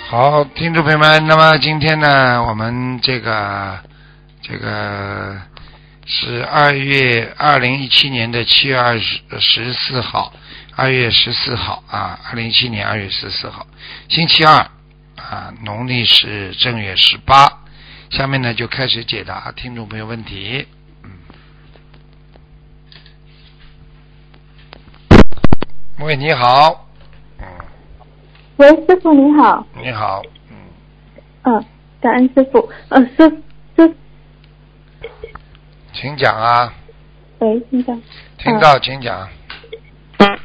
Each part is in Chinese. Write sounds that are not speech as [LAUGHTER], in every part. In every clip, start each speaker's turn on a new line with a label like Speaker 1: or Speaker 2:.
Speaker 1: 好，听众朋友们，那么今天呢，我们这个这个是二月二零一七年的七月二十十四号，二月十四号啊，二零一七年二月十四号，星期二啊，农历是正月十八。下面呢，就开始解答听众朋友问题。嗯，喂，你好，嗯，
Speaker 2: 喂，师傅您好，
Speaker 1: 你好，嗯，
Speaker 2: 嗯，感恩师傅，呃，师师，
Speaker 1: 请讲啊，
Speaker 2: 喂，先生，
Speaker 1: 听到，请讲。
Speaker 2: 嗯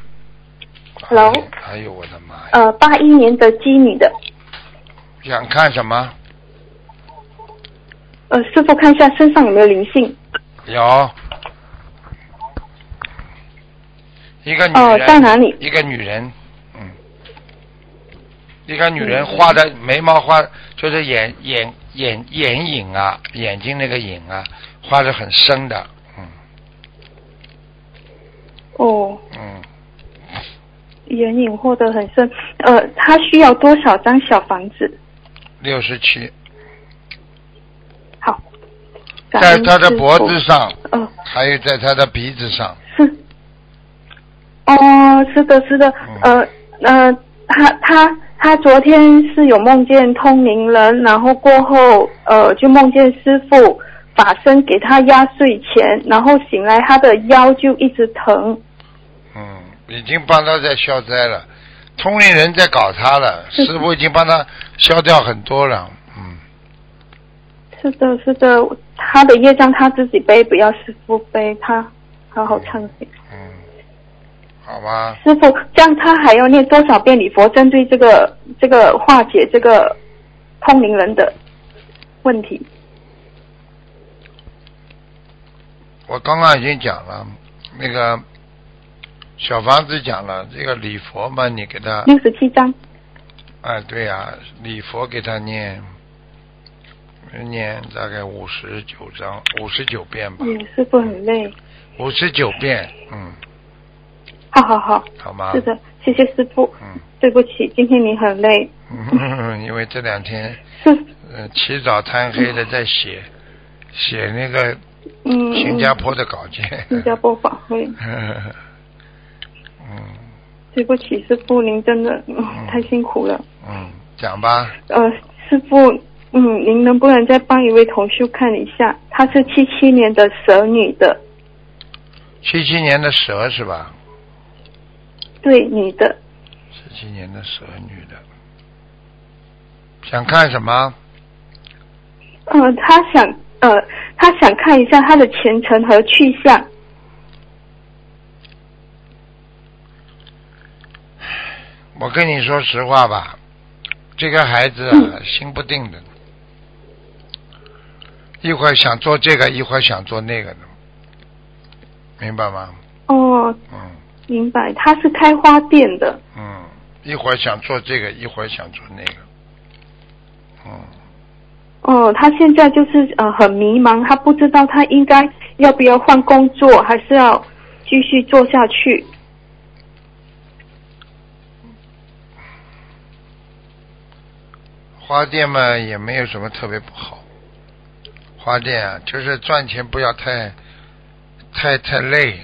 Speaker 2: Hello
Speaker 1: 哎呦哎呦我的妈呀！
Speaker 2: 呃，八一年的鸡女的，
Speaker 1: 想看什么？
Speaker 2: 呃，师傅看一下身上有没有灵性？
Speaker 1: 有一个女人，
Speaker 2: 哦在哪里
Speaker 1: 一个女人，嗯，一个女人画的眉毛画就是眼眼眼眼影啊，眼睛那个影啊，画的很深的，嗯
Speaker 2: 哦，
Speaker 1: 嗯，
Speaker 2: 眼影获得很深，呃，他需要多少张小房子？
Speaker 1: 六十七，
Speaker 2: 好，感
Speaker 1: 在
Speaker 2: 恩
Speaker 1: 她的
Speaker 2: 师
Speaker 1: 脖
Speaker 2: 父
Speaker 1: 子，上，
Speaker 2: 呃，
Speaker 1: 还有在她的鼻子上，
Speaker 2: 是，哦，是的，是的，呃，呃，他他他昨天是有梦见通灵人，然后过后呃就梦见师傅法身给他压岁钱，然后醒来他的腰就一直疼。
Speaker 1: 嗯，已经帮她在消灾了，通灵人在搞她
Speaker 2: [LAUGHS]
Speaker 1: 了，
Speaker 2: 是
Speaker 1: 师傅已经帮她消掉很多了，嗯。
Speaker 2: 是的，是的，他的业障他自己背，不要师傅背，他好好忏悔。
Speaker 1: 嗯，好吧，
Speaker 2: 师傅，这样他还要念多少遍礼佛，针对这个这个化解这个通灵人的问题？
Speaker 1: 我刚刚已经讲了，那个小房子讲了，这个礼佛嘛，你给他，
Speaker 2: 六十七章。
Speaker 1: 哎，对呀、礼佛给他念，念大概五十九章，五十九遍吧，
Speaker 2: 嗯，师傅很累。
Speaker 1: 五十九遍，嗯，
Speaker 2: 好好好，
Speaker 1: 好吗？
Speaker 2: 是的，谢谢师傅。
Speaker 1: 嗯
Speaker 2: 对不起，今天你很累。
Speaker 1: 嗯，因为这两天，
Speaker 2: 是，
Speaker 1: 呃，起早贪黑的在
Speaker 2: [LAUGHS]
Speaker 1: 写，写那个 [LAUGHS]
Speaker 2: 嗯，
Speaker 1: 新加坡的稿件，[LAUGHS]
Speaker 2: 新加坡法会。
Speaker 1: 嗯
Speaker 2: 对不起，师傅，您真的、嗯
Speaker 1: 嗯
Speaker 2: 太辛苦了。
Speaker 1: 嗯，讲吧。
Speaker 2: 呃，师傅，嗯，您能不能再帮一位同修看一下？她是七七年的蛇女的，
Speaker 1: 七七年的蛇是吧？
Speaker 2: 对，女的，
Speaker 1: 七七年的蛇女的，想看什么？
Speaker 2: 呃，她想，呃，她想看一下她的前程和去向。
Speaker 1: 我跟你说实话吧，这个孩子啊，
Speaker 2: 嗯
Speaker 1: 心不定的，一会儿想做这个，一会儿想做那个的，明白吗？
Speaker 2: 哦，
Speaker 1: 嗯
Speaker 2: 明白，她是开花店的。
Speaker 1: 嗯，一会儿想做这个，一会儿想做那个，嗯，
Speaker 2: 哦，他现在就是呃很迷茫，他不知道他应该要不要换工作，还是要继续做下去。
Speaker 1: 花店嘛也没有什么特别不好，花店啊就是赚钱不要太太太累，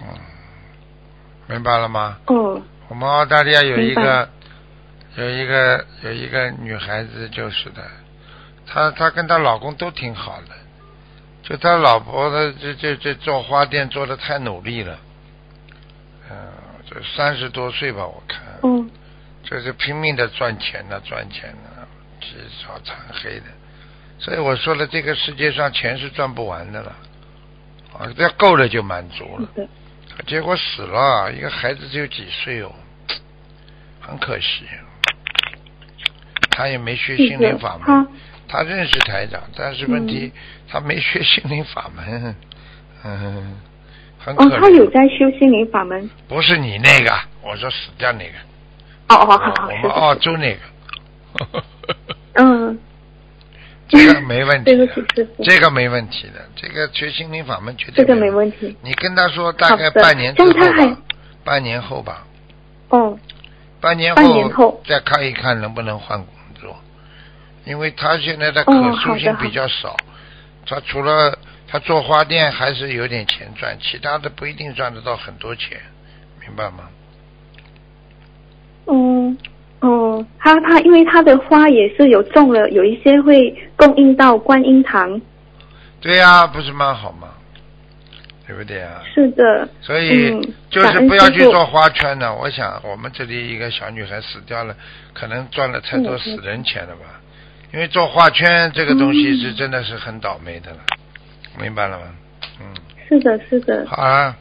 Speaker 1: 嗯，明白了吗？
Speaker 2: 哦，
Speaker 1: 我们澳大利亚有一
Speaker 2: 明
Speaker 1: 个
Speaker 2: 白
Speaker 1: 有一个有一个女孩子就是的，她她跟她老公都挺好的，就她老婆她这这这做花店做的太努力了，嗯、这三十多岁吧我看，
Speaker 2: 嗯，
Speaker 1: 就是拼命的赚钱呢、赚钱呢、起早贪黑的。所以我说了，这个世界上钱是赚不完的了，啊，这够了就满足
Speaker 2: 是
Speaker 1: 了。
Speaker 2: 的，
Speaker 1: 结果死了，一个孩子只有几岁哦，很可惜。他也没学
Speaker 2: 是
Speaker 1: 心灵
Speaker 2: 的
Speaker 1: 法，门他
Speaker 2: 他，
Speaker 1: 认识台长，但是问
Speaker 2: 嗯
Speaker 1: 题、他没学心灵法门， [LAUGHS] 嗯，很可
Speaker 2: 哦，
Speaker 1: 怜。
Speaker 2: 他有在修心灵法门。
Speaker 1: 不是你那个，我说死掉那个。啊
Speaker 2: 哦哦，好
Speaker 1: 我
Speaker 2: 好好，
Speaker 1: 我
Speaker 2: 是
Speaker 1: 们
Speaker 2: 的，
Speaker 1: 澳洲那
Speaker 2: [LAUGHS]
Speaker 1: 个，
Speaker 2: 嗯，
Speaker 1: [LAUGHS] 这个没问题
Speaker 2: 对
Speaker 1: 的
Speaker 2: 不起，师傅，
Speaker 1: 这个没问题的，这个学心灵法门绝对
Speaker 2: 这个没
Speaker 1: 题。
Speaker 2: 问题。
Speaker 1: 你跟他说大概
Speaker 2: 好的
Speaker 1: 半年之后
Speaker 2: 但他还
Speaker 1: 吧，半年后吧，
Speaker 2: [LAUGHS] 哦，
Speaker 1: 半年
Speaker 2: 半年后
Speaker 1: 再看一看能不能换工作，因为他现在的可塑
Speaker 2: 哦
Speaker 1: 性比较少，他除了他做花店还是有点钱赚，其他的不一定赚得到很多钱，明白吗？
Speaker 2: 嗯，哦，他他因为他的花也是有种了，有一些会供应到观音堂。
Speaker 1: 对呀、不是蛮好吗？对不对啊？
Speaker 2: 是的，
Speaker 1: 所以
Speaker 2: 嗯
Speaker 1: 就是不
Speaker 2: 感
Speaker 1: 要
Speaker 2: 恩
Speaker 1: 去
Speaker 2: 师父
Speaker 1: 做花圈了。我想我们这里一个小女孩死掉了，可能赚了太多
Speaker 2: 嗯
Speaker 1: 死人钱了吧？因为做花圈这个东西是
Speaker 2: 嗯
Speaker 1: 真的是很倒霉的了，明白了吗？嗯，
Speaker 2: 是的，是的。
Speaker 1: 好啊，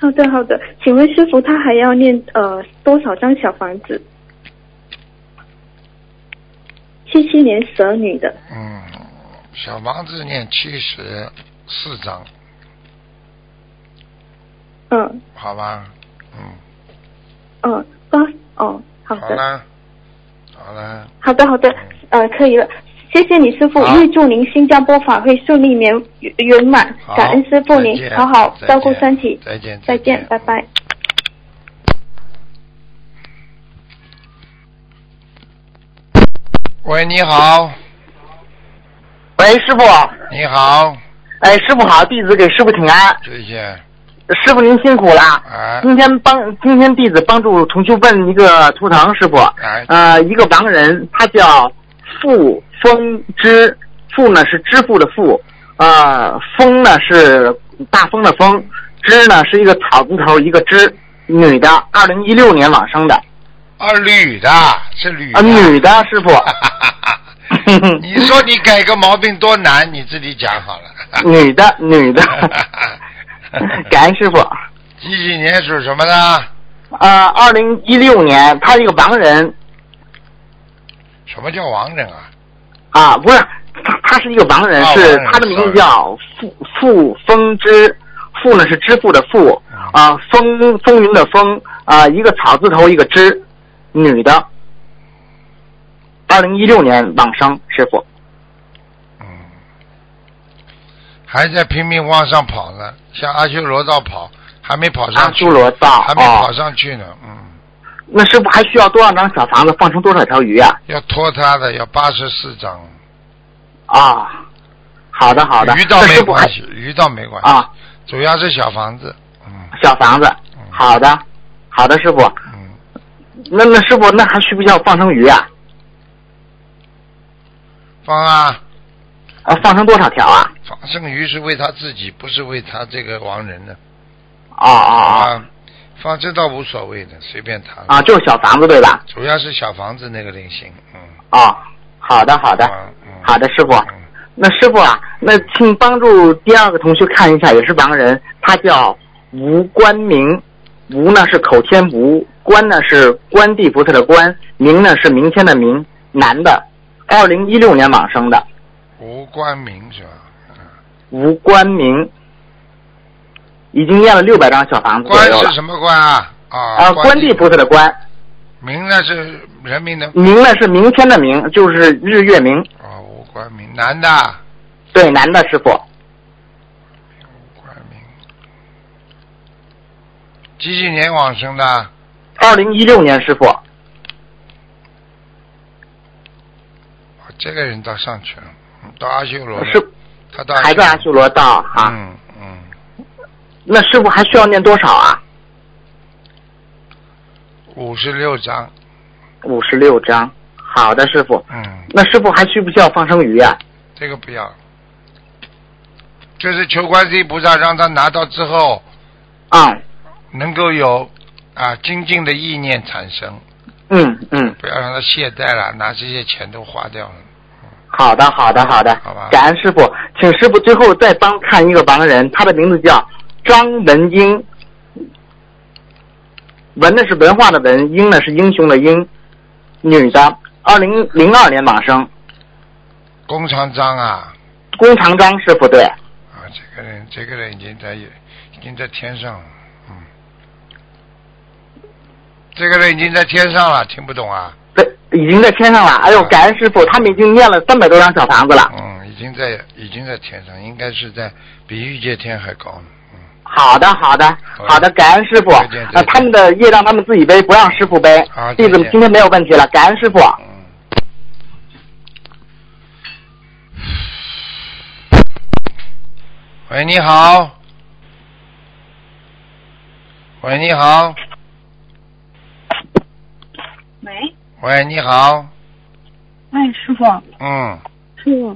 Speaker 2: 好的，好的。请问师傅，他还要念呃多少张小房子？七七年蛇女的，
Speaker 1: 嗯，小房子念七十四章，
Speaker 2: 嗯
Speaker 1: 好吧？嗯，
Speaker 2: 嗯，高哦，好
Speaker 1: 好
Speaker 2: 的，
Speaker 1: 啦，好啦，
Speaker 2: 好的，好的，呃，可以了。谢谢你师傅，
Speaker 1: 好
Speaker 2: 预祝您新加坡法会顺利圆圆满，
Speaker 1: 好，
Speaker 2: 感恩师傅
Speaker 1: 再
Speaker 2: 您
Speaker 1: 见
Speaker 2: 好好
Speaker 1: 再
Speaker 2: 照顾
Speaker 1: 见
Speaker 2: 身体，
Speaker 1: 再见，
Speaker 2: 再见，拜拜。
Speaker 1: 喂，你好，
Speaker 3: 喂，师傅，
Speaker 1: 你好，
Speaker 3: 哎，师傅好，弟子给师傅请安，
Speaker 1: 谢谢。
Speaker 3: 师傅您辛苦了。
Speaker 1: 哎
Speaker 3: 今天帮今天弟子帮助同学问一个图腾，师傅，
Speaker 1: 哎，
Speaker 3: 呃，一个盲人，他叫付风之，付呢是支付的付，呃，风呢是大风的风，支呢是一个草字头一个支，女的，二零一六年往生的，
Speaker 1: 啊，女的，是女
Speaker 3: 啊、
Speaker 1: 的。
Speaker 3: 女的，师傅，
Speaker 1: [LAUGHS] 你说你改个毛病多难，你自己讲好了。
Speaker 3: [LAUGHS] 女的，女
Speaker 1: [LAUGHS]
Speaker 3: 的，感恩师傅。
Speaker 1: 几几年属什么的？
Speaker 3: 呃，二零一六年，他是一个盲人
Speaker 1: 什么叫亡人啊？
Speaker 3: 啊，不是，他他是一个盲人，
Speaker 1: 啊
Speaker 3: 是
Speaker 1: 盲人
Speaker 3: 他的名字叫付付风之，付呢是支付的付，啊、风风云的风，啊、一个草字头一个之，女的，二零一六年往生，师傅
Speaker 1: 嗯，还在拼命往上跑呢，向阿修罗道跑，还没跑
Speaker 3: 阿
Speaker 1: 上去，
Speaker 3: 修罗道
Speaker 1: 还没跑
Speaker 3: 哦，
Speaker 1: 上去呢。嗯，
Speaker 3: 那师傅还需要多少张小房子放成多少条鱼啊？
Speaker 1: 要拖他的，要八十四张。
Speaker 3: 啊，好的好的，
Speaker 1: 鱼倒
Speaker 3: 那
Speaker 1: 没
Speaker 3: 师傅还
Speaker 1: 关系，鱼倒没关系，
Speaker 3: 啊，
Speaker 1: 主要是小房子。嗯
Speaker 3: 小房子，
Speaker 1: 嗯
Speaker 3: 好的好的，师傅。
Speaker 1: 嗯，
Speaker 3: 那那师傅，那还需不需要放生鱼啊？
Speaker 1: 放啊。
Speaker 3: 啊，放生多少条啊？
Speaker 1: 放生鱼是为他自己，不是为他这个亡人的
Speaker 3: 哦哦
Speaker 1: 啊。放这倒无所谓的，随便他
Speaker 3: 哦，。啊，就是小房子对吧？
Speaker 1: 主要是小房子那个类型，嗯。
Speaker 3: 哦，好的好的，
Speaker 1: 啊嗯、
Speaker 3: 好的，师傅。
Speaker 1: 嗯。
Speaker 3: 那师傅啊，那请帮助第二个同学看一下，也是盲人，他叫吴关明，吴呢是口天吴，关呢是关帝菩萨的关，明呢是明天的明，男的，二零一六年往生的
Speaker 1: 吴冠明是吧？嗯
Speaker 3: 吴关明，已经念了六百张小房
Speaker 1: 嗯。
Speaker 3: 子左
Speaker 1: 关
Speaker 3: 右了
Speaker 1: 是。什么关啊？啊。
Speaker 3: 啊，关帝菩萨的关，
Speaker 1: 明呢是人民的
Speaker 3: 明呢是明天的明，就是日月明。
Speaker 1: 啊，吴冠明，男的。啊
Speaker 3: 对，男的师傅，
Speaker 1: 吴冠明。几几年往生的？
Speaker 3: 二零一六年师傅
Speaker 1: 哦，这个人倒上去了，嗯到阿修罗了。
Speaker 3: 是
Speaker 1: 他到
Speaker 3: 还在阿修罗啊道哈、
Speaker 1: 嗯嗯。
Speaker 3: 那师傅还需要念多少啊？
Speaker 1: 五十六章，
Speaker 3: 五十六章。好的，师傅。
Speaker 1: 嗯，
Speaker 3: 那师傅还需不需要放生鱼啊？
Speaker 1: 这个不要，就是求观世音菩萨让他拿到之后
Speaker 3: 啊、
Speaker 1: 能够有啊精进的意念产生，
Speaker 3: 嗯，嗯嗯，
Speaker 1: 不要让他懈怠了，拿这些钱都花掉了。
Speaker 3: 好的，好的，好的
Speaker 1: 好吧。
Speaker 3: 感恩师傅，请师傅最后再帮看一个盲人，他的名字叫张文英，文呢是文化的文，英呢是英雄的英，女的，二零零二年往生，
Speaker 1: 工厂章啊
Speaker 3: 弓长张师傅对。
Speaker 1: 啊，这个人这个人已经在已经在天上了，嗯，这个人已经在天上了，听不懂啊？
Speaker 3: 对，已经在天上了。哎
Speaker 1: 嗯
Speaker 3: 呦，感恩师傅，他们已经念了三百多张小房子了。
Speaker 1: 嗯，已经在已经在天上，应该是在比欲界天还高呢。嗯，
Speaker 3: 好的，好的，好的，感恩师傅。
Speaker 1: 再见再见
Speaker 3: 呃，他们的业让他们自己背，不让师傅背
Speaker 1: 好。
Speaker 3: 弟子
Speaker 1: 再
Speaker 3: 们
Speaker 1: 见
Speaker 3: 今天没有问题了，感恩师傅。
Speaker 1: 嗯。喂，你好。喂，你好。
Speaker 4: 喂，
Speaker 1: 喂，你好。
Speaker 4: 哎，师傅，
Speaker 1: 嗯，
Speaker 4: 师傅，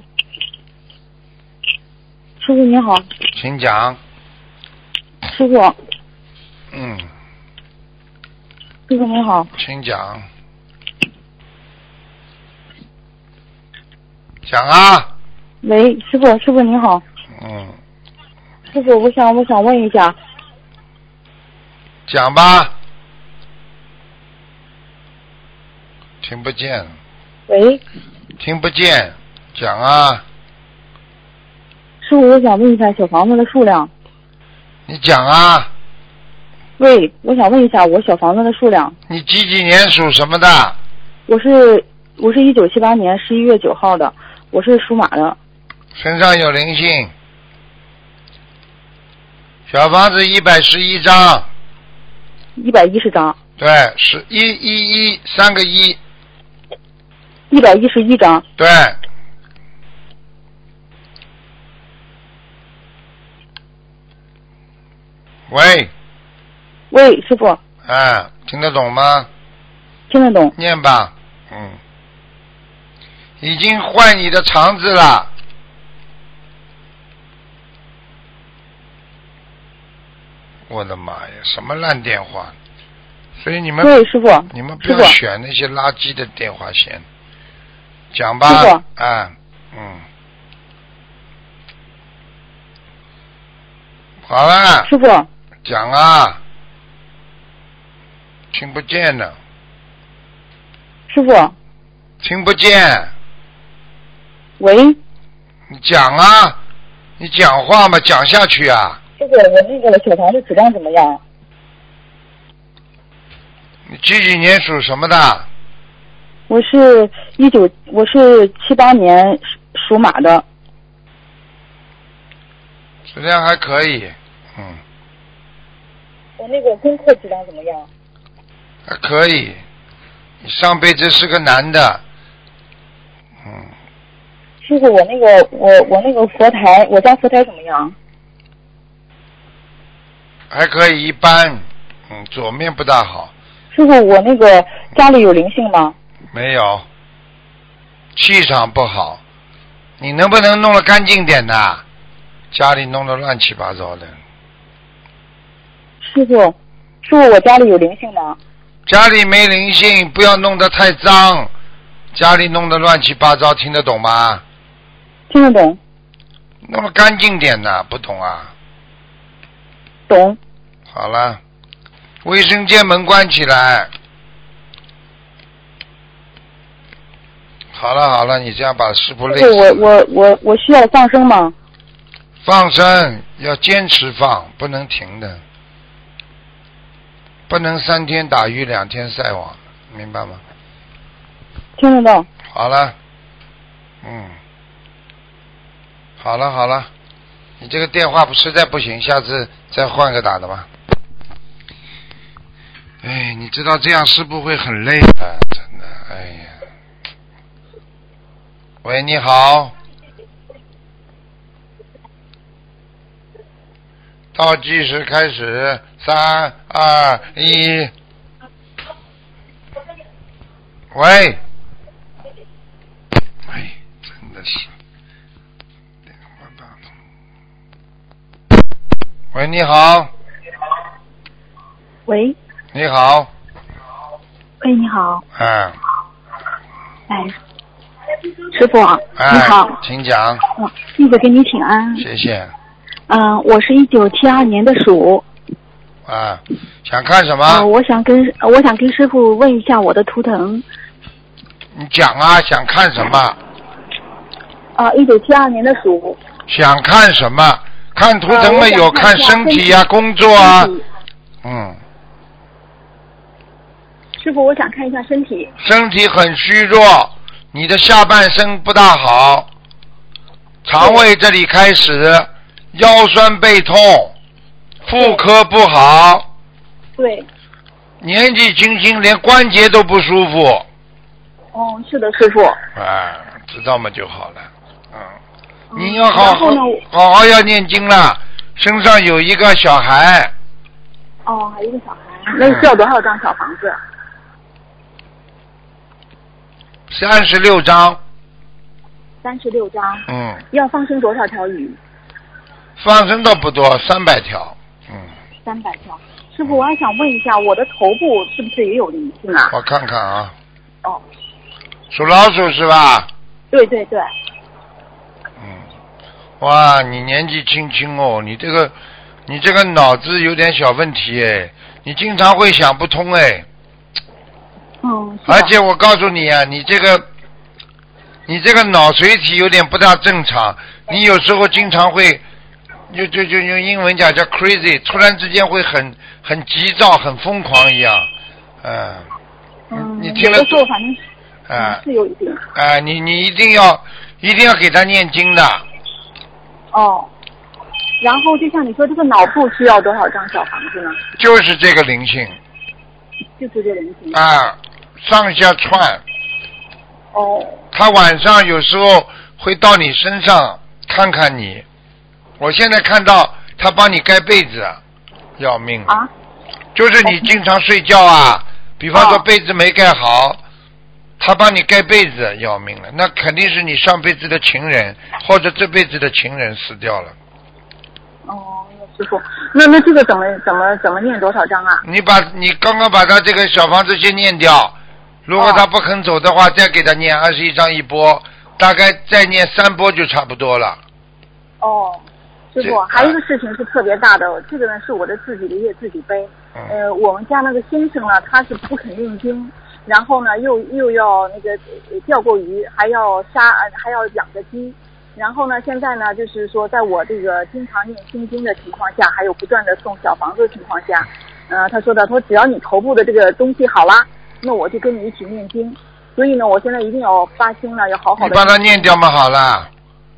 Speaker 4: 师傅你好，
Speaker 1: 请讲。
Speaker 4: 师傅，
Speaker 1: 嗯，
Speaker 4: 师傅你好，
Speaker 1: 请讲。讲啊。
Speaker 4: 喂，师傅，师傅你好，
Speaker 1: 嗯，
Speaker 4: 师傅，我想我想问一下，
Speaker 1: 讲吧。听不见，
Speaker 4: 喂，
Speaker 1: 听不见，讲啊，
Speaker 4: 师傅，我想问一下小房子的数量，
Speaker 1: 你讲啊。
Speaker 4: 喂，我想问一下我小房子的数量，
Speaker 1: 你几几年属什么的？
Speaker 4: 我是我是一九七八年十一月九号的，我是属马的，
Speaker 1: 身上有灵性。小房子一百十一张，
Speaker 4: 一百一十张，
Speaker 1: 对，是一一一三个一，
Speaker 4: 一百一十一张，
Speaker 1: 对，喂，
Speaker 4: 喂，师傅，
Speaker 1: 啊，听得懂吗？
Speaker 4: 听得懂？
Speaker 1: 念吧，嗯，已经换你的肠子了，我的妈呀，什么烂电话！所以你们
Speaker 4: 对，师傅，
Speaker 1: 你们不
Speaker 4: 师
Speaker 1: 要
Speaker 4: 傅，
Speaker 1: 选那些垃圾的电话线，讲吧
Speaker 4: 师，
Speaker 1: 啊，嗯，好了，
Speaker 4: 师傅，
Speaker 1: 讲啊，听不见了，
Speaker 4: 师傅，
Speaker 1: 听不见。
Speaker 4: 喂，
Speaker 1: 你讲啊，你讲话嘛，讲下去啊，
Speaker 4: 师傅，我那个小房子质量怎么样？啊
Speaker 1: 你几几年属什么的？
Speaker 4: 我是一九，我是七八年属属马的，
Speaker 1: 质量还可以，嗯，
Speaker 4: 我那个功课质量怎么样？
Speaker 1: 还可以。你上辈子是个男的，嗯，
Speaker 4: 师傅，我那个我我那个佛台，我家佛台怎么样？
Speaker 1: 还可以一般，嗯，左面不大好，
Speaker 4: 师傅，我那个家里有灵性吗？
Speaker 1: 没有，气场不好。你能不能弄得干净点呐？家里弄得乱七八糟的，
Speaker 4: 师傅，师傅，我家里有灵性吗？
Speaker 1: 家里没灵性，不要弄得太脏，家里弄得乱七八糟，听得懂吗？
Speaker 4: 听得懂？
Speaker 1: 那么干净点呐，不懂啊？
Speaker 4: 懂？
Speaker 1: 好了，卫生间门关起来。好了好了，你这样把师傅累
Speaker 4: 师傅，我
Speaker 1: 死了。
Speaker 4: 我我我需要放生吗？
Speaker 1: 放生要坚持放，不能停的，不能三天打鱼两天晒网，明白吗？
Speaker 4: 听得到？
Speaker 1: 好了，嗯，好了好了，你这个电话不实在不行，下次再换个打的吧。哎，你知道这样是不会很累的，真的，哎呀。喂，你好。倒计时开始，三二一。喂。哎，真的是。喂，你好，
Speaker 5: 喂，
Speaker 1: 你好，
Speaker 5: 喂，你好，
Speaker 1: 哎，
Speaker 5: 哎，师傅，
Speaker 1: 哎，
Speaker 5: 你好，
Speaker 1: 请讲，
Speaker 5: 我弟子给你请安。
Speaker 1: 谢谢，
Speaker 5: 嗯、我是一九七二年的鼠，
Speaker 1: 啊，想看什
Speaker 5: 啊，
Speaker 1: 么？
Speaker 5: 我想跟我想跟师傅问一下我的图腾，
Speaker 1: 你讲啊，想看什么？
Speaker 5: 啊，一九七二年的鼠，
Speaker 1: 想看什么？看图
Speaker 5: 呃
Speaker 1: 腾
Speaker 5: 我
Speaker 1: 没
Speaker 5: 想
Speaker 1: 有？
Speaker 5: 看
Speaker 1: 看
Speaker 5: 一下
Speaker 1: 身
Speaker 5: 身
Speaker 1: 体
Speaker 5: 体
Speaker 1: 呀、工作啊
Speaker 5: 身，体
Speaker 1: 嗯，
Speaker 5: 师傅，我想看一下身体，
Speaker 1: 身体很虚弱，你的下半身不大好，肠胃这里开始腰酸背痛，妇科不好，
Speaker 5: 对，
Speaker 1: 年纪轻轻连关节都不舒服，
Speaker 5: 哦，是的，师傅。
Speaker 1: 啊，知道嘛就好了。嗯，
Speaker 5: 嗯
Speaker 1: 你要好
Speaker 5: 然后
Speaker 1: 好
Speaker 5: 呢我
Speaker 1: 好好要念经了，身上有一个小孩，
Speaker 5: 哦，还有一个小孩，那需要多少张小房子？
Speaker 1: 三十六章，
Speaker 5: 三十六张。
Speaker 1: 嗯，
Speaker 5: 要放生多少条鱼？
Speaker 1: 放生倒不多，三百条，嗯，
Speaker 5: 三百条。师傅，我还想问一下，我的头部是不是也有灵性啊？
Speaker 1: 我看看啊，
Speaker 5: 哦，
Speaker 1: 属老鼠是吧？
Speaker 5: 对对对，
Speaker 1: 嗯，哇，你年纪轻轻哦，你这个你这个脑子有点小问题哎，你经常会想不通哎，
Speaker 5: 嗯，是的
Speaker 1: 而且我告诉你啊，你这个你这个脑垂体有点不大正常，你有时候经常会就就就用英文讲叫 crazy，突然之间会很很急躁、很疯狂一样，嗯，
Speaker 5: 嗯，
Speaker 1: 你听了
Speaker 5: 有的时候反正是
Speaker 1: 啊
Speaker 5: 是有一点。
Speaker 1: 啊，你你一定要一定要给他念经的，
Speaker 5: 哦，然后就像你说，这个脑部需要多少张小房子呢？
Speaker 1: 就是这个灵性
Speaker 5: 就是这人形。
Speaker 1: 啊，上下窜。
Speaker 5: 哦，
Speaker 1: 他晚上有时候会到你身上看看你。我现在看到他帮你盖被子，啊要命！
Speaker 5: 啊，
Speaker 1: 就是你经常睡觉啊，比方说
Speaker 5: 哦
Speaker 1: 被子没盖好，他帮你盖被子，要命了。那肯定是你上辈子的情人或者这辈子的情人死掉了。
Speaker 5: 哦，师傅，那那这个怎么怎么怎么念多少张啊？
Speaker 1: 你把你刚刚把他这个小房子先念掉，如果
Speaker 5: 哦
Speaker 1: 他不肯走的话，再给他念二十一章一波，大概再念三波就差不多了。
Speaker 5: 哦，师
Speaker 1: 这
Speaker 5: 傅，还有一个事情是特别大的，这个呢是我的自己的业自己背。
Speaker 1: 嗯
Speaker 5: 呃，我们家那个先生呢，他是不肯念经，然后呢又又要那个呃钓过鱼，还要杀，呃还要养个鸡。然后呢，现在呢，就是说，在我这个经常念心经的情况下，还有不断的送小房子的情况下，呃，他说的，他说只要你头部的这个东西好啦，那我就跟你一起念经。所以呢，我现在一定要发心了，要好哦好
Speaker 1: 你
Speaker 5: 的。
Speaker 1: 把它念掉嘛，好了。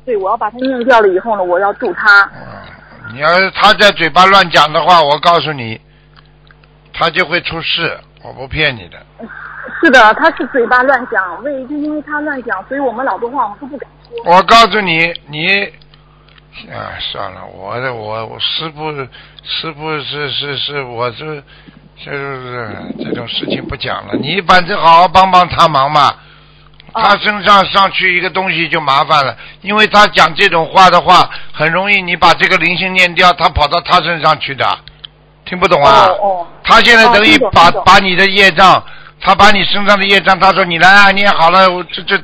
Speaker 5: 对，我要把它念掉了以后呢，我要度他。
Speaker 1: 嗯，你要是他在嘴巴乱讲的话，我告诉你，他就会出事，我不骗你的。
Speaker 5: 是的，他是嘴巴乱讲，为就因为他乱讲，所以我们老多话我们都不敢说。
Speaker 1: 我告诉你，你啊，算了，我的我我师傅师傅是是是，我是就是这种事情不讲了。你反正好好帮帮他忙嘛。
Speaker 5: 哦
Speaker 1: 他身上上去一个东西就麻烦了，因为他讲这种话的话，很容易你把这个灵性念掉，他跑到他身上去的，听不懂啊？
Speaker 5: 哦哦，
Speaker 1: 他现在等于
Speaker 5: 哦听懂
Speaker 1: 把、
Speaker 5: 听懂
Speaker 1: 把你的业障，他把你身上的业障，他说你来啊，念好了，我这这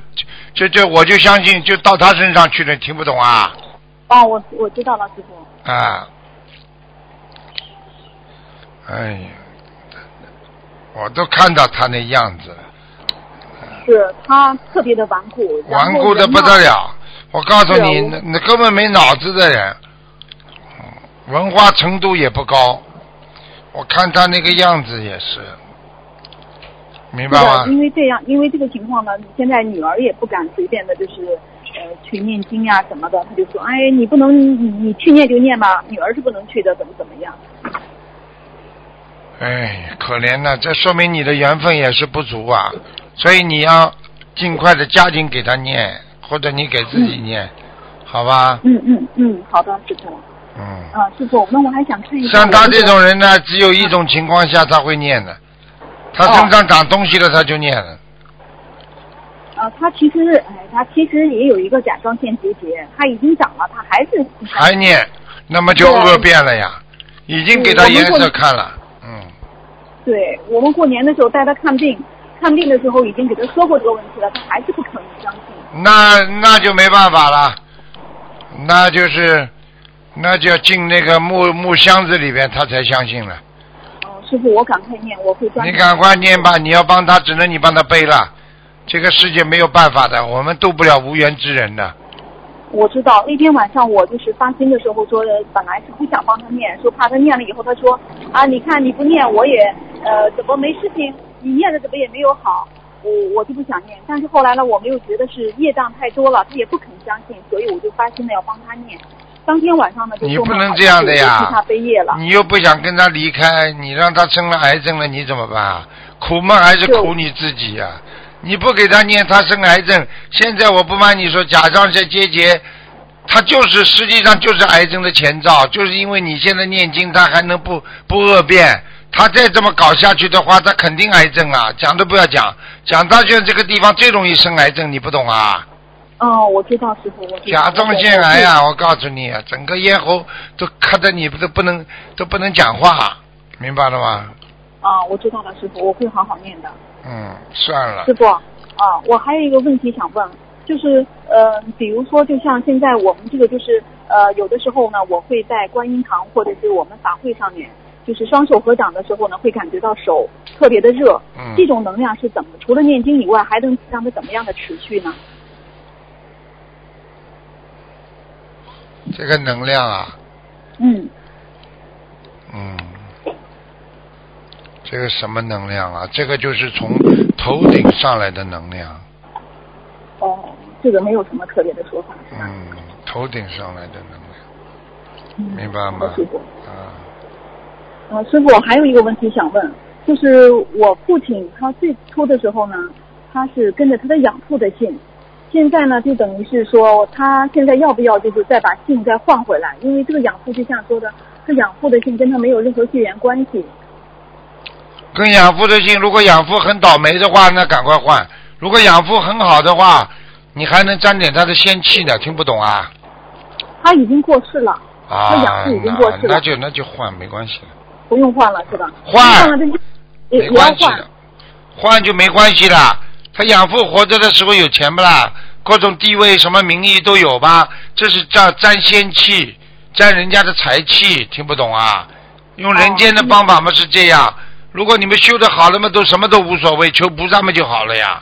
Speaker 1: 这这我就相信，就到他身上去了，听不懂啊
Speaker 5: 哦，我我知道了，师傅。
Speaker 1: 啊！哎呀，我都看到他那样子了，
Speaker 5: 是他特别的顽固，然后
Speaker 1: 顽固的
Speaker 5: 人呢
Speaker 1: 不得。了。我告诉你，
Speaker 5: 是啊
Speaker 1: 那那根本没脑子的人，嗯文化程度也不高。我看他那个样子也是，明
Speaker 5: 是啊
Speaker 1: 白吗
Speaker 5: 的，？因为这样，因为这个情况呢，现在女儿也不敢随便的，就是呃去念经呀、什么的，他就说，哎，你不能你你去念就念吧，女儿是不能去的，怎么怎么样？
Speaker 1: 哎，可怜呐，这说明你的缘分也是不足啊，所以你要尽快的加紧给他念，或者你给自己念，好吧？
Speaker 5: 嗯嗯嗯，好的，师傅。
Speaker 1: 嗯，
Speaker 5: 啊，师傅，那我还想看一下。
Speaker 1: 像他这，种人呢，只有一种情况下他会念的，他身上长东西了他就念了，
Speaker 5: 啊，他其实，哎，他其实也有一个甲状腺结节，他已经长了，他还是
Speaker 1: 还念，那么就
Speaker 5: 对
Speaker 1: 恶变了呀，已经给他颜色看了，嗯，
Speaker 5: 对我们过年的时候带他看病，看病的时候已经给他说过这个问题了，他还是不肯相信。
Speaker 1: 那那就没办法了，那就是那就要进那个木木箱子里边他才相信了。
Speaker 5: 哦，师傅，我赶快念，我会专
Speaker 1: 你
Speaker 5: 心。
Speaker 1: 赶快念吧，你要帮他，只能你帮他背了。这个世界没有办法的，我们渡不了无缘之人的。
Speaker 5: 我知道那天晚上我就是发心的时候说，呃本来是不想帮他念，说怕他念了以后，他说啊，你看你不念我也呃怎么没事情，你念的怎么也没有好，我我就不想念。但是后来呢，我们又觉得是业障太多了，他也不肯相信，所以我就发心的要帮他念。当天晚上呢就
Speaker 1: 你
Speaker 5: 做
Speaker 1: 不
Speaker 5: 梦
Speaker 1: 能
Speaker 5: 了
Speaker 1: 这样的呀
Speaker 5: 就替他背业了。
Speaker 1: 你又不想跟他离开，你让他生了癌症了，你怎么办啊？苦闷还是苦你自己呀、你不给他念，他生癌症。现在我不瞒你说，甲状腺结节，它就是实际上就是癌症的前兆，就是因为你现在念经，他还能不不恶变。他再这么搞下去的话，他肯定癌症啊！讲都不要讲，讲到现在这个地方最容易生癌症，你不懂啊？
Speaker 5: 嗯，我知道师傅，我知道
Speaker 1: 甲状腺癌呀、我告诉你啊，整个咽喉都卡得你不都不能都不能讲话，明白了吗？
Speaker 5: 啊，我知道了，师傅，我会好好念的。
Speaker 1: 嗯，算了
Speaker 5: 师，傅啊，我还有一个问题想问，就是呃，比如说，就像现在我们这个就是呃，有的时候呢，我会在观音堂或者是我们法会上面，就是双手合掌的时候呢，会感觉到手特别的热。
Speaker 1: 嗯
Speaker 5: 这种能量是怎么？除了念经以外，还能让它怎么样的持续呢？
Speaker 1: 这个能量啊，
Speaker 5: 嗯，
Speaker 1: 嗯，这个什么能量啊？这个就是从头顶上来的能量，
Speaker 5: 哦，这个没有什么特别的说法。
Speaker 1: 嗯，头顶上来的能量，
Speaker 5: 嗯
Speaker 1: 明白
Speaker 5: 好的
Speaker 1: 吗
Speaker 5: 师傅。？
Speaker 1: 啊，
Speaker 5: 呃，师傅，我还有一个问题想问，就是我父亲他最初的时候呢，他是跟着他的养父的姓，现在呢就等于是说他现在要不要就是再把姓再换回来？因为这个养父就像说的，这养父的姓跟他没有任何血缘关系。
Speaker 1: 跟养父的姓，如果养父很倒霉的话，那赶快换；如果养父很好的话，你还能沾点他的仙气呢。听不懂啊？
Speaker 5: 他已经过世了，
Speaker 1: 啊，
Speaker 5: 那养父已经过世了
Speaker 1: 那那就那就换没关系了，
Speaker 5: 不用换了是吧？
Speaker 1: 换
Speaker 5: 换了这就也
Speaker 1: 没
Speaker 5: 也要
Speaker 1: 关系
Speaker 5: 换
Speaker 1: 的，换就没关系了。他养父活着的时候有钱不啦？各种地位、什么名义都有吧？这是叫沾仙气，沾人家的财气，听不懂啊？用人间的
Speaker 5: 哦嗯
Speaker 1: 方法嘛是这样。如果你们修的好了嘛，都什么都无所谓，求菩萨嘛就好了呀。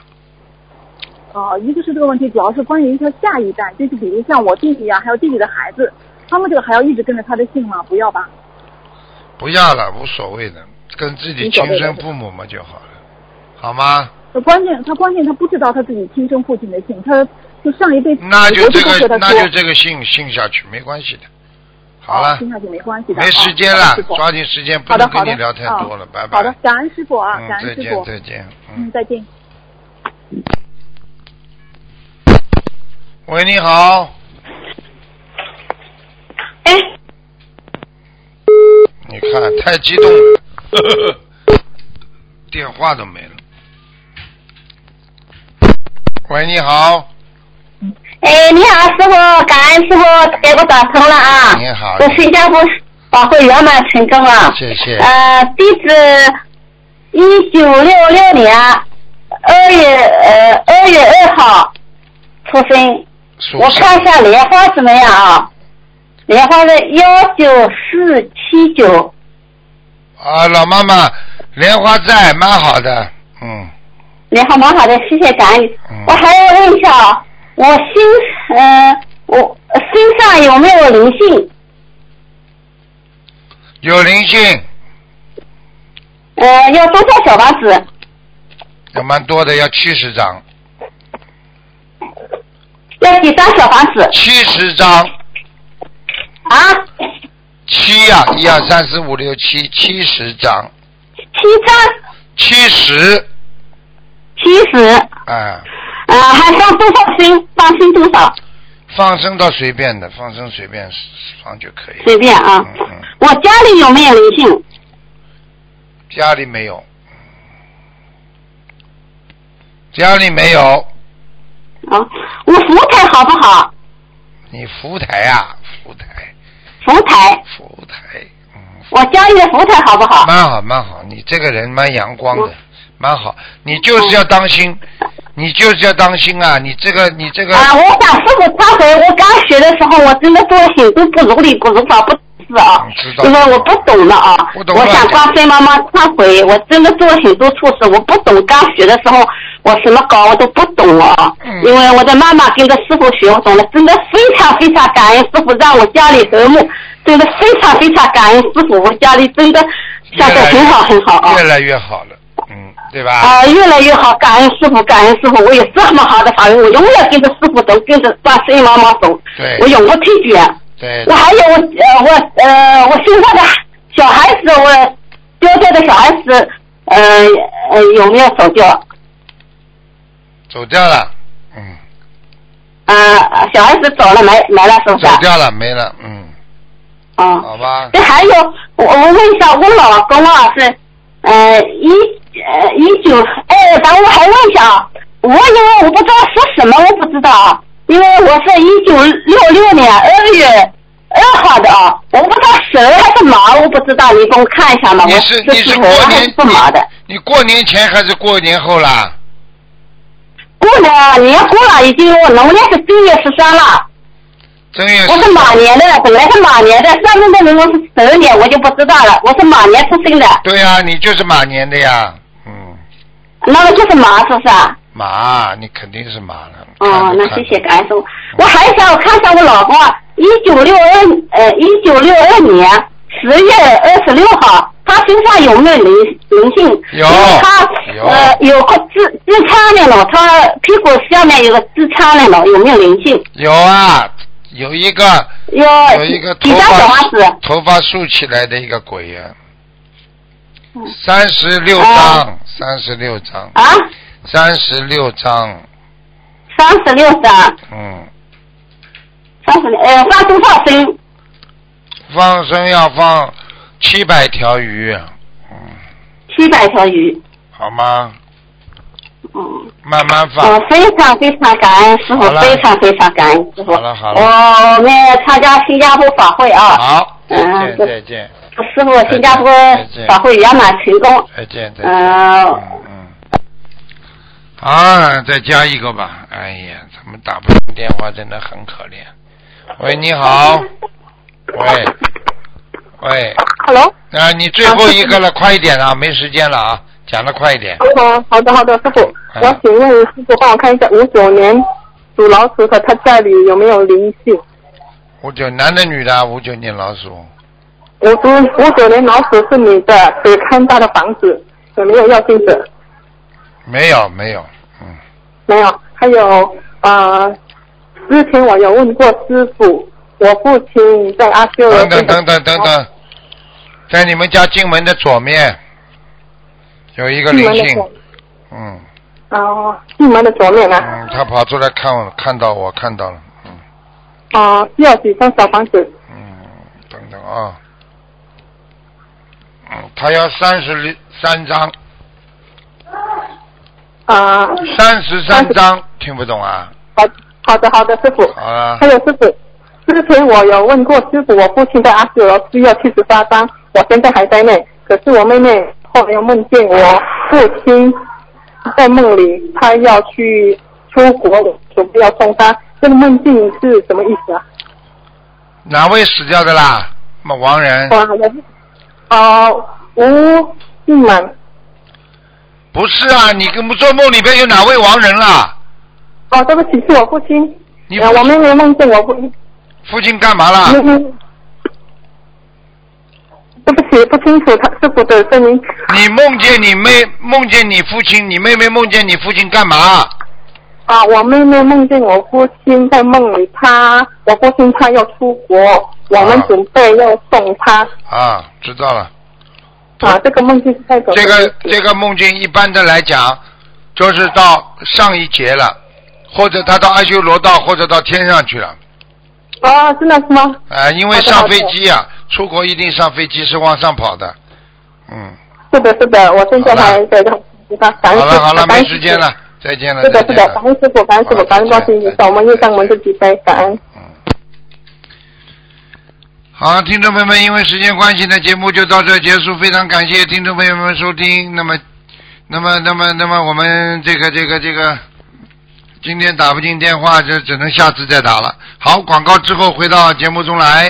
Speaker 5: 啊、一个是这个问题，主要是关于他下一代，就是比如像我弟弟呀、还有弟弟的孩子，他们这个还要一直跟着他的姓吗？不要吧？
Speaker 1: 不要了，无所谓的，跟自己
Speaker 5: 无所
Speaker 1: 亲
Speaker 5: 谓的
Speaker 1: 生父母嘛就好了，好吗？
Speaker 5: 他关键他关键他不知道他自己亲生父亲的姓，他就上一辈子
Speaker 1: 那就
Speaker 5: 我
Speaker 1: 这
Speaker 5: 就会
Speaker 1: 个，
Speaker 5: 和他
Speaker 1: 那
Speaker 5: 说
Speaker 1: 就这个信信下去，没关系的。好了
Speaker 5: 哦，听下去没关系的，
Speaker 1: 没时间
Speaker 5: 啊
Speaker 1: 了
Speaker 5: 好的师，傅
Speaker 1: 抓紧时间，不
Speaker 5: 好的
Speaker 1: 能
Speaker 5: 好
Speaker 1: 跟
Speaker 5: 的
Speaker 1: 你聊太多了，
Speaker 5: 啊
Speaker 1: 拜拜。
Speaker 5: 好的，感恩师傅啊，
Speaker 1: 嗯，
Speaker 5: 感恩
Speaker 1: 再
Speaker 5: 师
Speaker 1: 见
Speaker 5: 傅，
Speaker 1: 再见，
Speaker 5: 嗯，
Speaker 1: 嗯。
Speaker 5: 再见。
Speaker 1: 喂，你好。
Speaker 6: 哎，
Speaker 1: 你看，太激动了， [LAUGHS] 电话都没了。喂，你好，
Speaker 6: 哎，你好，师傅，感恩师傅给我打通了啊！
Speaker 1: 你好
Speaker 6: 我新加坡法会圆满成功了。
Speaker 1: 谢谢
Speaker 6: 呃，地址一九六六年二月呃二月二号出生，
Speaker 1: 属
Speaker 6: 我
Speaker 1: 什
Speaker 6: 看一下莲花怎么样啊？莲花是幺九四七九，
Speaker 1: 啊，老妈妈，莲花在，蛮好的，嗯，
Speaker 6: 莲花蛮好的，谢谢感恩。
Speaker 1: 嗯
Speaker 6: 我还要问一下啊，我心呃我身上有没有灵性？
Speaker 1: 有灵性，
Speaker 6: 呃，要多少小房子？
Speaker 1: 有蛮多的，要七十张，
Speaker 6: 要几张小房子
Speaker 1: 七十张，
Speaker 6: 啊？
Speaker 1: 七呀、一二三四五六七，七十张，
Speaker 6: 七张，
Speaker 1: 七十，
Speaker 6: 七十，
Speaker 1: 哎、
Speaker 6: 啊，还放多少心？放心多少？
Speaker 1: 放生到随便的，放生随便放就可以。
Speaker 6: 随便啊
Speaker 1: 嗯嗯。
Speaker 6: 我家里有没有灵性？
Speaker 1: 家里没有，家里没有，
Speaker 6: 啊，我佛台好不好？
Speaker 1: 你福台啊，福台，
Speaker 6: 佛台，
Speaker 1: 福台，嗯，
Speaker 6: 我家里的佛台好不好？
Speaker 1: 蛮好蛮好，你这个人蛮阳光的
Speaker 6: 嗯，
Speaker 1: 蛮好，你就是要当心，你就是要当心啊，你这个你这个，
Speaker 6: 啊，我想师傅忏悔，我刚学的时候，我真的做行动不如理，不如法，不是啊
Speaker 1: 嗯知，道
Speaker 6: 因为我不懂了啊。
Speaker 1: 不懂
Speaker 6: 我
Speaker 1: 乱
Speaker 6: 想
Speaker 1: 讲
Speaker 6: 观世妈妈忏悔，我真的做很多错事，我不懂。刚学的时候，我什么搞我都不懂啊，
Speaker 1: 嗯
Speaker 6: 因为我的妈妈跟着师傅学，我懂了，真的非常非常感恩师傅，让我家里和睦，真的非常非常感恩师傅，我家里真的
Speaker 1: 越
Speaker 6: 现在
Speaker 1: 来越
Speaker 6: 很好很好啊
Speaker 1: 越。来越好了，嗯，对吧？
Speaker 6: 啊，越来越好，感恩师傅，感恩师傅，我有这么好的法运，我永远跟着师傅走，跟着观世音妈妈走，
Speaker 1: 对
Speaker 6: 我永不退转。
Speaker 1: 对
Speaker 6: 我，还有我呃我呃我身上的小孩子，我丢掉的小孩子，呃呃有没有走掉？
Speaker 1: 走掉了，嗯，
Speaker 6: 呃，小孩子走了没没了是不是？
Speaker 1: 走掉哦了，没了，嗯，
Speaker 6: 啊。
Speaker 1: 好吧，
Speaker 6: 这还有，我我问一下，我老公啊是，呃一呃一九二八，我还问一下啊，我因为我不知道说什么，我不知道啊，因为我是一九六六年二月二号的啊，我不知道蛇还是马，我不知道，你给我看一下嘛，
Speaker 1: 你
Speaker 6: 我
Speaker 1: 是
Speaker 6: 是
Speaker 1: 你是
Speaker 6: 属
Speaker 1: 过
Speaker 6: 猴还
Speaker 1: 年
Speaker 6: 是属马的？
Speaker 1: 你过年前还是过年后啦？
Speaker 6: 过了年啊过了，已经我农历是正月十三了，
Speaker 1: 正月
Speaker 6: 我
Speaker 1: 十
Speaker 6: 是马年的，本来是马年的，上面的人我是蛇年，我就不知道了，我是马年出生的，
Speaker 1: 对呀、你就是马年的呀，嗯，
Speaker 6: 那么就是马是不是啊？
Speaker 1: 马，你肯定是马了。
Speaker 6: 哦，
Speaker 1: 看都
Speaker 6: 那
Speaker 1: 看
Speaker 6: 谢
Speaker 1: 不
Speaker 6: 谢感受。我还想我看一下我老公啊，一九六二呃一九六二年十月二十六号，他身上有没有灵灵性？
Speaker 1: 有
Speaker 6: 因为他
Speaker 1: 有
Speaker 6: 呃有个痔痔疮的了，他屁股下面有个痔疮的了，有没有灵性？
Speaker 1: 有啊，有一个
Speaker 6: 有
Speaker 1: 有一个
Speaker 6: 几
Speaker 1: 头
Speaker 6: 张
Speaker 1: 发
Speaker 6: 小房子？
Speaker 1: 头发竖起来的一个鬼呀、
Speaker 6: 嗯
Speaker 1: 三十六张，三十六张，
Speaker 6: 啊，
Speaker 1: 三十六张，
Speaker 6: 三十六张，
Speaker 1: 嗯，
Speaker 6: 三十六呃放多少升？
Speaker 1: 放生要放七百条鱼，嗯，
Speaker 6: 七百条鱼。
Speaker 1: 好吗？
Speaker 6: 嗯，
Speaker 1: 慢慢放
Speaker 6: 我，非常非常感恩师傅
Speaker 1: 好了，
Speaker 6: 非常非常感恩师傅。
Speaker 1: 好了好了，
Speaker 6: 我
Speaker 7: 哦
Speaker 6: 们参加新加坡法会啊，
Speaker 1: 好，再见
Speaker 6: 嗯
Speaker 1: 再见
Speaker 6: 师傅，新加坡法会圆满成功。
Speaker 1: 再见再见。
Speaker 6: 嗯，
Speaker 7: 呃
Speaker 1: 嗯，嗯，啊，再加一个吧。哎呀，他们打不通电话，真的很可怜。喂，你好。喂，喂，
Speaker 7: Hello，
Speaker 1: 啊，你最后一个了，快一点啊，没时间了啊，讲的快一点。
Speaker 7: 哦，好的好的，师傅，
Speaker 1: 嗯
Speaker 7: 我请问师傅帮我看一下五九年属老鼠和他家里有没有灵性？
Speaker 1: 五九，男的女的啊？五九年老鼠，
Speaker 7: 我属五九年老鼠是你的，北看大的房子有没有要镜者？
Speaker 1: 没有没有，嗯，
Speaker 7: 没有。还有呃，之前我有问过师傅，我父亲在阿修罗
Speaker 1: 等等等等等等，在你们家进门的左面有一个
Speaker 7: 进
Speaker 1: 灵
Speaker 7: 门的
Speaker 1: 性
Speaker 7: 左，
Speaker 1: 嗯
Speaker 7: 哦，进门的左面啊，
Speaker 1: 嗯，他跑出来看我，看到我看到了，嗯。
Speaker 7: 哦，需要几张小房子？
Speaker 1: 嗯，等等啊，嗯，他要三十六三张，
Speaker 7: 啊、
Speaker 1: 三十三张，听不懂啊？
Speaker 7: 好好的好的，师傅。
Speaker 1: 好了
Speaker 7: 还，有师傅，之前我有问过师傅，我父亲在阿修罗需要七十八张，我现在还在内。可是我妹妹后来又梦见我父亲在梦里，他要去出国，我准备要送他。这个梦境是什么意思啊？
Speaker 1: 哪位死掉的啦？嘛，王人
Speaker 7: 哇，我哦，吴静满，
Speaker 1: 不是啊？你跟做梦里边有哪位亡人啦？
Speaker 7: 哦，对不起，是我父亲。
Speaker 1: 你
Speaker 7: 呃、我妹妹梦见我父亲，
Speaker 1: 父亲干嘛啦？
Speaker 7: 妹妹对不起，不清楚他师傅的声音。
Speaker 1: 你梦见你妹，梦见你父亲，你妹妹梦见你父亲干嘛？
Speaker 7: 啊，我妹妹梦见我父亲在梦里，他我父亲他要出国，我们
Speaker 1: 啊
Speaker 7: 准备要送他。
Speaker 1: 啊，知道了。
Speaker 7: 啊，这个梦境是代表
Speaker 1: 嗯这
Speaker 7: 什
Speaker 1: 个
Speaker 7: 么意思
Speaker 1: 这个梦境一般的来讲，就是到上一节了，或者他到阿修罗道，或者到天上去了。
Speaker 7: 啊，真的是吗？
Speaker 1: 啊，因为
Speaker 7: 好的
Speaker 1: 上
Speaker 7: 好的
Speaker 1: 飞机啊，出国一定上飞机是往上跑的。嗯，
Speaker 7: 是的，是的，我现在
Speaker 1: 好了
Speaker 7: 还在让知道。感恩
Speaker 1: 好
Speaker 7: 师
Speaker 1: 了好了，
Speaker 7: 感
Speaker 1: 没
Speaker 7: 恩
Speaker 1: 时
Speaker 7: 师
Speaker 1: 间
Speaker 7: 父
Speaker 1: 了，再见了。
Speaker 7: 是的，
Speaker 1: 再
Speaker 7: 是
Speaker 1: 见
Speaker 7: 的
Speaker 1: 了，
Speaker 7: 感恩师傅，感恩师
Speaker 1: 好
Speaker 7: 傅，感恩观世
Speaker 1: 再
Speaker 7: 音
Speaker 1: 见
Speaker 7: 菩萨，我们
Speaker 1: 再
Speaker 7: 又
Speaker 1: 见
Speaker 7: 向我们自己背，感恩。
Speaker 1: 嗯好，听众朋友们，因为时间关系呢，节目就到这儿结束。非常感谢听众朋友们收听。那么，那么，那么，那么，我们这个这个这个，今天打不进电话，就只能下次再打了。好，广告之后回到节目中来。